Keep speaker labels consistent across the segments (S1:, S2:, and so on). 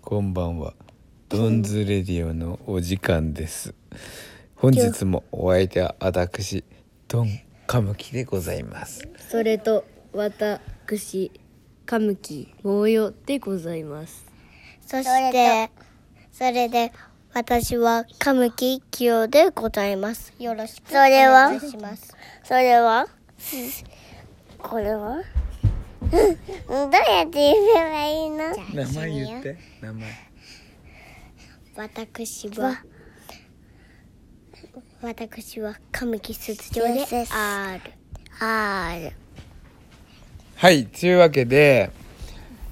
S1: こんばんはドンズレディオのお時間です本日もお相手は私ドンカムキでございます
S2: それと私カムキゴーヨでございます
S3: そして、それで、私は、カムキキヨでございます。よろしくお願いします。それは、これはどうやって言えばいいの
S1: 名前言って名前
S3: 私は、私は、カムキ卒業で R。R。
S1: はいというわけで、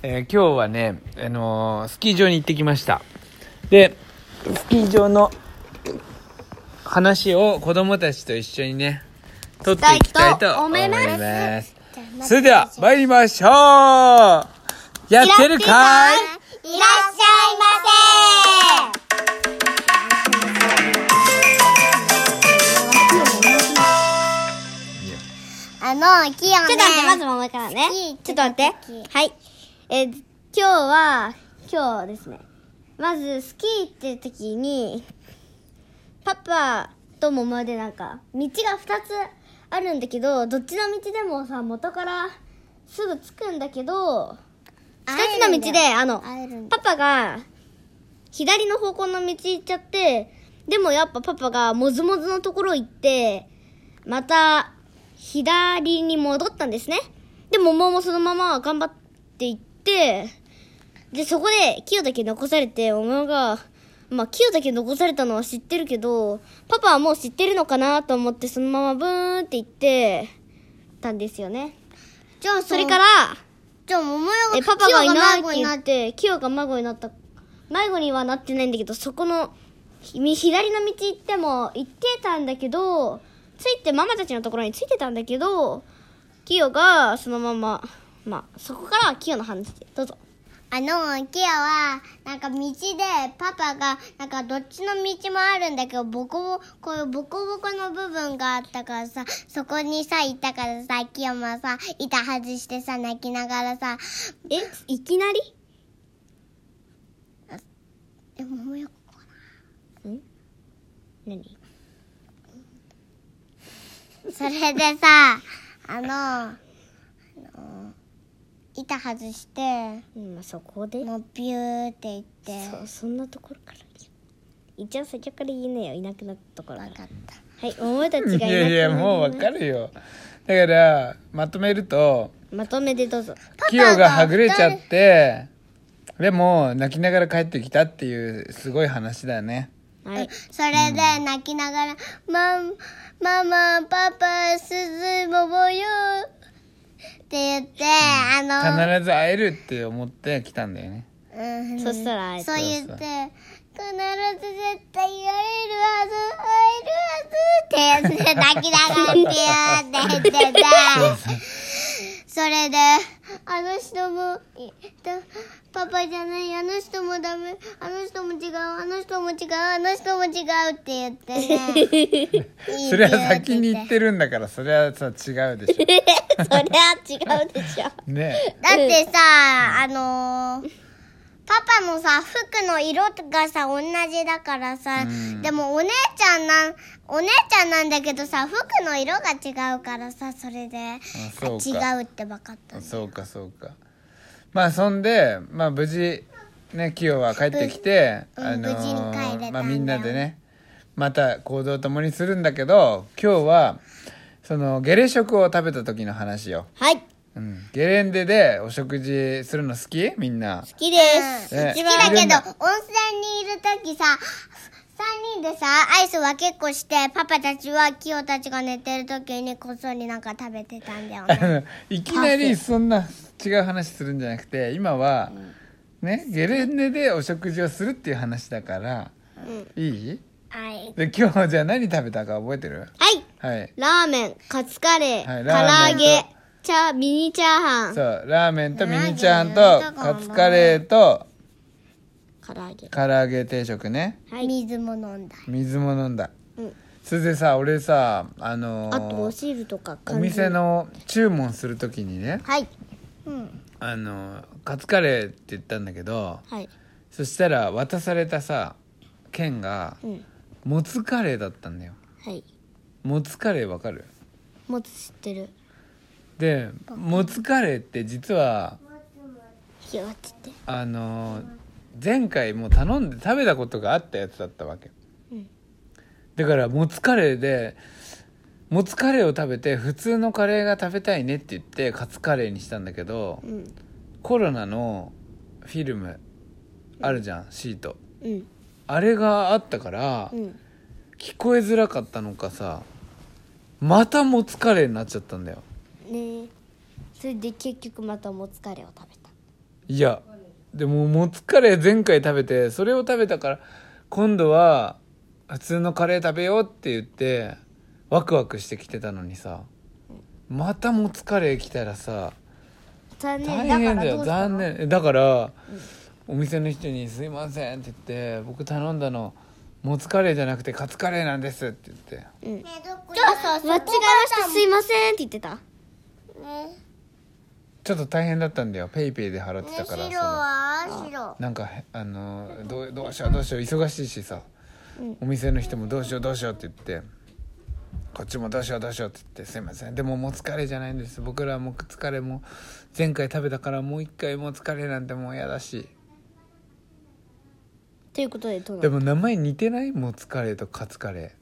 S1: えー今日はね、あのースキー場に行ってきましたでスキー場の話を子供たちと一緒にね撮っていきたいと思いますそれでは参りましょうやってるかい
S3: いらっしゃいませあの、キヨね。
S2: ちょっと待ってまず桃井からねちょっと待ってはいえー今日は今日ですねまずスキーって時にパパと桃井でなんか道が2つあるんだけどどっちの道でもさ元からすぐ着くんだけど2つの道であの
S3: 会えるんだ
S2: パパが左の方向の道行っちゃってでもやっぱパパがもずもずのところ行ってまた左に戻ったんですねでも桃もそのまま頑張って行ってでそこでキヨだけ残されてお前がまあキヨだけ残されたのは知ってるけどパパはもう知ってるのかなと思ってそのままブーンって行ってたんですよね
S3: じゃあ、
S2: それから
S3: じゃあ、桃代
S2: え
S3: が、
S2: パパがいないって
S3: キヨが迷子に
S2: 言
S3: な
S2: っ。てキヨが迷子になった迷子にはなってないんだけどそこのひ左の道行っても行ってたんだけどついてママたちのところについてたんだけどキヨがそのまままあそこからはキヨの話でどうぞ
S3: あの、キヨは、なんか道で、パパが、なんかどっちの道もあるんだけど、ボコボコ、こういうボコボコの部分があったからさ、そこにさ、いたからさ、キヨもさ、板外してさ、泣きながらさ、
S2: えいきなり
S3: え、桃代、
S2: 何
S3: それでさ、あの、あの、板外して、
S2: うんまあそこで
S3: もうビューって言って、
S2: そうそんなところから一応最初から言えねえよいなくなったところか
S3: わ
S2: ら
S3: かった。
S2: はい桃たちがいなくなっ
S1: いやいやもうわかるよだからまとめると
S2: まとめでどうぞ
S1: キヨがはぐれちゃってでも泣きながら帰ってきたっていうすごい話だよね
S2: はい
S3: それで泣きながら、マンママ、パパ、すず、もぼよって言って、
S1: 必
S3: あの、
S1: ず会えるって思って来たんだよね
S3: うん
S2: そしたらえっと
S3: そう言って、必ず絶対言われるはず、会えるはずって言って、泣きながらビューって言ってて、それで、あの人も、いだパパじゃない、あの人もダメ、あの人も違う、あの人も違う、あの人も違うって言ってね。いい
S1: それは先に言ってるんだからそれはさ違うでし
S2: え それは違うでしょ。
S1: ょね
S3: だってさ、あのーパパのさ、服の色がさ、同じだからさ、
S1: うん
S3: でもお姉ちゃんなん、お姉ちゃんなんだけどさ、服の色が違うからさ、それで、
S1: そうか
S3: あ違うって分かった。
S1: そうかそうかまあそんで、まあ、無事ねキヨは帰ってきて、
S3: ぶうん
S1: あのー
S3: 無事に帰れたんだよ
S1: まあ、みんなでねまた行動を共にするんだけど今日はそのゲレ食を食べた時の話よ、
S2: はい、好
S1: うん、ゲレンデでお食事するの好きみんな
S2: きです。
S1: ね
S3: 好きだけ
S1: い
S3: ど
S1: ろんな、
S3: 温泉にいるときさ、3人でさ、アイス分けっこして、パパたちは、キヨたちが寝てるときにこっそりなんか食べてたんだ よね。
S1: いきなりそんな違う話するんじゃなくて今は、ね、ゲレンデでお食事をするっていう話だから、いい
S3: はい。
S1: で今日じゃあ何食べたか覚えてる
S2: はい、
S1: はい
S2: ラーメン、カツカレー、
S1: はいラーメ
S2: 唐
S1: ンと
S2: 揚げ、チャー、ミニチャーハン、
S1: そうラーメンとミニチャーハンとカツカレーと
S2: 唐揚げ。
S1: 唐揚げ定食ね
S2: はい。
S3: 水も飲んだ。
S1: 水も飲んだ、
S2: うん
S1: それでさ俺さあのー
S2: あとお汁とか
S1: お店。の注文するときにね
S2: はい、
S3: うん。
S1: あのーカツカレーって言ったんだけど
S2: はい。
S1: そしたら渡されたさ剣が、
S2: ん
S1: もつカレーだったんだよ
S2: はい
S1: もつカレーわかる
S2: もつ知ってる
S1: でもつカレーって実は
S2: ひよちって
S1: あのー前回もう頼んで食べたことがあったやつだったわけ、だからもつカレーでもつカレーを食べて普通のカレーが食べたいねって言ってカツカレーにしたんだけど、
S2: うん
S1: コロナのフィルムあるじゃん、シート
S2: うん
S1: あれがあったから、
S2: うん
S1: 聞こえづらかったのかさまたもつカレーになっちゃったんだよ
S2: ねえそれで結局またもつカレーを食べた
S1: いやでももつカレー前回食べてそれを食べたから今度は普通のカレー食べようって言ってワクワクしてきてたのにさまたもつカレー来たらさ
S2: 残
S1: 大
S2: 念だ
S1: 変
S2: か
S1: だ
S2: らど
S1: よ
S2: うした
S1: 残
S2: の
S1: 念えだから、お店の人に「すいません」って言って「僕頼んだのもつカレーじゃなくてカツカレーなんです」って言って
S3: ねえどこ
S2: あ間違えましたすいませんって言ってた
S3: ね
S1: ちょっと大変だったんだよペイペイで払ってたから
S3: 白
S1: その
S3: は白
S1: なんかへあのーどうどうしようどうしよう忙しいしさ、お店の人もどうしようどうしようって言ってこっちもどうしようどうしようって言ってすいませんでももう疲れじゃないんです僕らはもう疲れも前回食べたからもう一回もう疲れなんてもう嫌だし
S2: ということでどうな
S1: で
S2: の
S1: も名前似てないもう疲れとカツカレ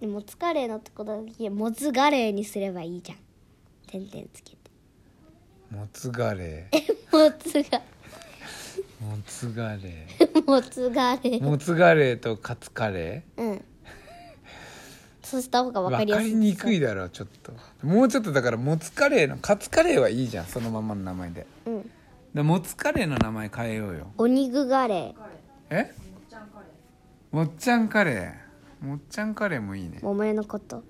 S2: でもつカレーのとこだけもつガレーにすればいいじゃん点々つけて
S1: ーもつガレー
S2: もつが
S1: もつガレ
S2: もつガレ
S1: ー
S2: ー
S1: もつガレーとカツカレー
S2: うんそうした方が分か
S1: 分
S2: りや
S1: か
S2: すい
S1: りにくいだろうちょっともうちょっとだからもつカレーのカツカレーはいいじゃんそのままの名前で
S2: うん
S1: でもつカレーの名前変えようよ
S2: お肉ガレ
S1: えもっちゃんカレーもっちゃんカレーもいいね
S2: ーお前のこと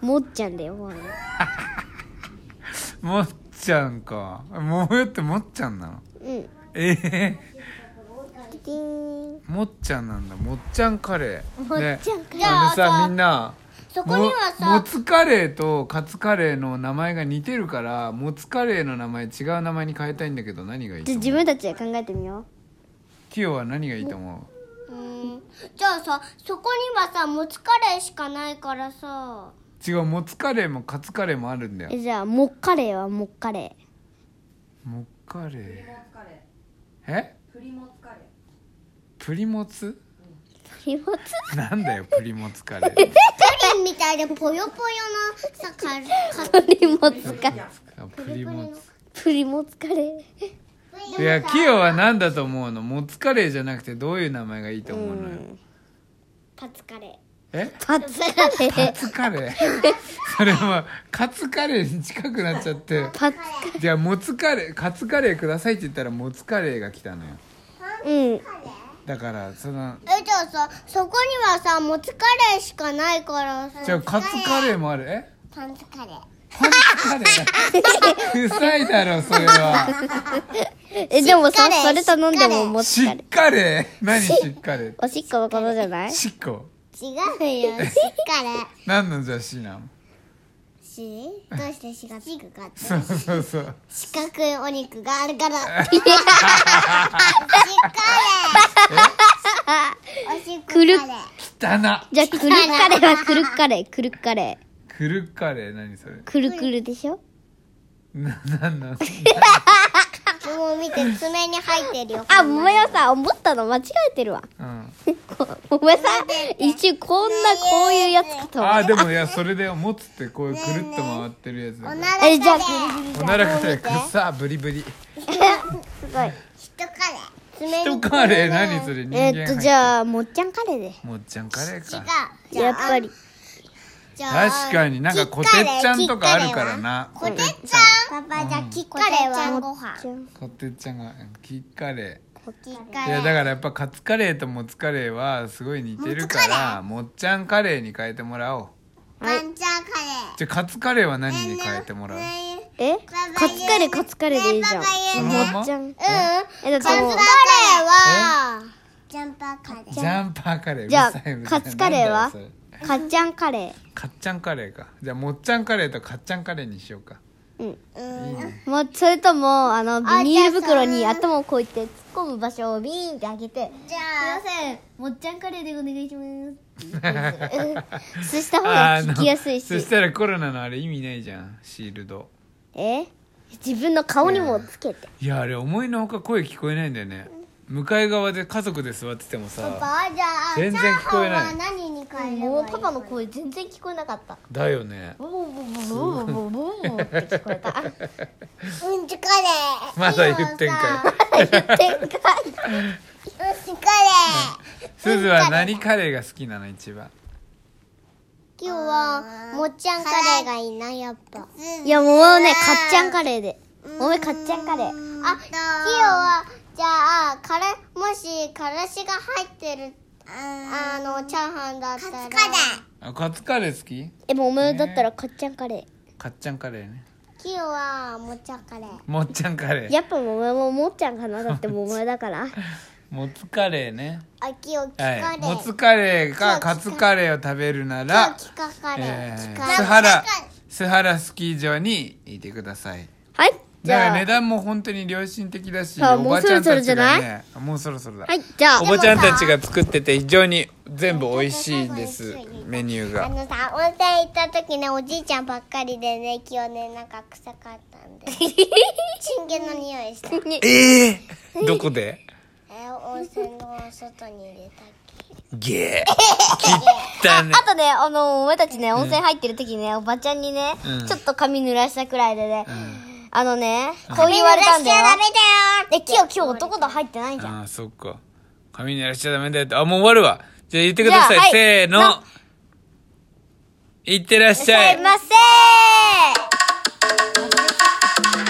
S2: もっちゃんだよもう
S1: もっちゃんかもうよってもっちゃんなの
S2: うん
S1: ええ
S2: ティーン
S1: もっちゃんなんだもっちゃんカレー
S2: もっちゃんカレー
S1: ねあのさみんな
S3: そこにはさ
S1: ももつカレーとカツカレーの名前が似てるからもつカレーの名前違う名前に変えたいんだけど何がいいと
S2: じゃあ
S1: 思う
S2: 自分たちで考えてみよ
S1: キヨは何がいいと思う
S3: うんじゃあさそこにはさもつカレーしかないからさ
S1: 違うもつカレーもカツカレーもあるんだよ
S2: うえじゃあもっカレーはもっカレー
S1: もっカレーえプリモツ
S2: 荷物
S1: カレーなん だよプリモツカレーって
S3: プリンみたいでぽよぽよのさカレー
S2: プリモツカレー
S1: あプリモ
S2: プリモツカレー
S1: ツいやキヨは何だと思うのモツカレーじゃなくてどういう名前がいいと思うのよ
S3: カツカレー
S1: え
S2: パツカレ
S1: カ
S2: ー
S1: ツカレーそれはカツカレーに近くなっちゃって
S2: パツカ
S1: じゃあモツカレーカツカレーくださいって言ったらモツカレーが来たのよ
S2: うん
S1: だからその
S3: えじゃあさそこにはさもつカレーしかないからさ
S1: じゃあカツカレーもあるえ
S3: パンツカレー
S1: パンツカレ ーだ臭いだろそれは
S2: えでも
S3: しっか
S2: さそ
S3: り
S2: れ頼んでももつ
S1: し
S2: カ
S1: っ
S2: レー
S1: かり何しっかり
S2: おしっこのことじゃない
S1: しっこ
S3: 違うよしっかれ
S1: 何のじゃしなの
S3: しどうしてしがつくかって
S1: そうそうそう
S3: 四角いお肉があるからしっかれおしっこカ
S2: く
S3: レ
S2: る
S3: ー
S1: 汚な
S2: じゃあクルッカレーはクルッカレークルッカレー
S1: くるカレー何それ
S2: くるくるでしょ
S1: ななんなん
S3: もう見て爪に入ってるよ
S2: あもめよさ思ったの間違えてるわ
S1: うん
S2: ごめんさ一瞬こんなこういうやつかと思
S1: あ
S2: っ
S1: ーでもいやそれで持つってこういうくるっと回ってるやつだ
S3: お
S1: か
S3: なら
S2: た
S3: カレ
S2: え
S3: ー
S2: じゃあ
S1: らおならかたくっさブリブリ
S2: すごい
S3: 一カレー爪
S1: 人カレー何それ人間
S2: えーっとじ
S1: ゃ
S2: ゃあもっちゃんカレーで
S1: もっちゃんカレーか
S3: が
S2: やっぱり
S3: じゃあ
S1: 確かになんかこてっちゃんとかあるからな
S3: こてっち
S1: ゃん
S3: ゃんパパじゃあキッカレーはご飯
S1: こてっちゃんがキッカレ
S3: キッ
S1: ー
S3: カ
S1: い
S3: レ
S1: や
S3: ー
S1: だからやっぱカツカレーとモツカレーはすごい似てるからもっちゃんカレーに変えてもらおう
S3: パンチャーカレー
S1: じゃあカツカレーは何に変えてもらう
S3: ね
S2: えカツカレーカツカレーでいいじゃん
S3: ねパパ
S1: 言うね
S2: もっちゃん
S3: え
S2: えだ
S3: うんカツ
S2: って
S3: カレー
S2: もう
S3: はジャンパーカレー
S1: ジャンパーカレー
S2: じゃあ
S1: うるさいうるさい
S2: カツカレーは
S1: なんだよそれ
S2: カッちゃんカレ
S1: カッチャンカレーかじゃあもっちゃんカレーとカッチャンカレーにしようか
S2: ーうん。もう、それとも、あの、ビニール袋に頭をこういって突っ込む場所をビーンって開けて、
S3: じゃあ
S2: せん、もっちゃんカレーでお願いします。そうした方が
S1: あ
S2: 聞
S1: の
S2: きやすい
S1: そ
S2: し
S1: し。たらコロナのあれ意味ないじゃんシールド
S2: え自分の顔にもつけて。
S1: いやあれ思いのほか声聞こえないんだよね向かい側で家族で座っててもさ
S3: パパじゃあチャ
S1: 全
S3: ー
S1: 然聞こえない
S3: ハンは何に変えればいい
S2: もうパパの声全然聞こえなかった。
S1: だよね
S2: ボボボボボボボボボボって聞こえた。あ
S3: うんちカレー
S1: まだ言ってんか
S2: 言ってんかい。
S3: うんちカ
S1: いすずは何カレーが好きなの一番
S3: レー今日はもっちゃんカレーがいいなやっぱ
S2: いやもうね、かっちゃんカレーで。おめかっちゃんカレー。
S3: あキヨはじゃあからもしからしが入ってるあのチャーハンだったらカツカレ
S1: あカツカレー好き
S2: え、もうお前だったらかっちゃんカレ
S1: かっちゃんカレーね
S3: ーキヨはもっちゃんカレー
S1: もっちゃんカレ
S2: ー。
S1: ー
S2: やっぱもうお前ももっちゃんかなだってもうお前 だから。
S1: もつカレーね
S3: あキヨキカレ
S1: はい
S3: ー
S1: もつカレーか
S3: そう
S1: カツカレーを食べるなら
S3: キカカレ
S1: え
S3: ー
S1: ー
S3: キカレー
S1: 須原須原スキー場にいてください
S2: はい。じ
S1: だから
S2: ゃあ、
S1: 値段も本当に良心的だし
S2: あ
S1: お
S2: もう
S1: ば
S2: そ
S1: ちゃ
S2: ろ
S1: ん
S2: そろ
S1: た
S2: じゃ
S1: ち
S2: な
S1: が
S2: い
S1: ねもうそろそろだ
S2: はい、じゃあ
S1: お。ばちゃんたちが作ってて非常に全部美味しいんですメニュー
S3: あ
S1: が
S3: のさ温泉行った時ねおじいちゃんばっかりでねキヨねなんか臭かったんで 真剣の匂いした
S1: ええー、どこで
S3: えー温泉の外に入れたっ
S1: ゲー切ったね
S2: あとね、あの、お前たちね、温泉入ってる時にね、おばちゃんにね、
S1: うん
S2: ちょっと髪濡らしたくらいでね、
S1: ん
S2: あのね、こう言われたんだよ。
S3: け
S2: え、今日今日男と入ってないじゃん。
S1: ああそっか髪にやらしちゃダメだよってあもう終わるわじゃあ言ってください、
S2: じゃあはい
S1: せーの
S2: の
S1: いってらっし
S2: す
S1: ゃい
S2: いません。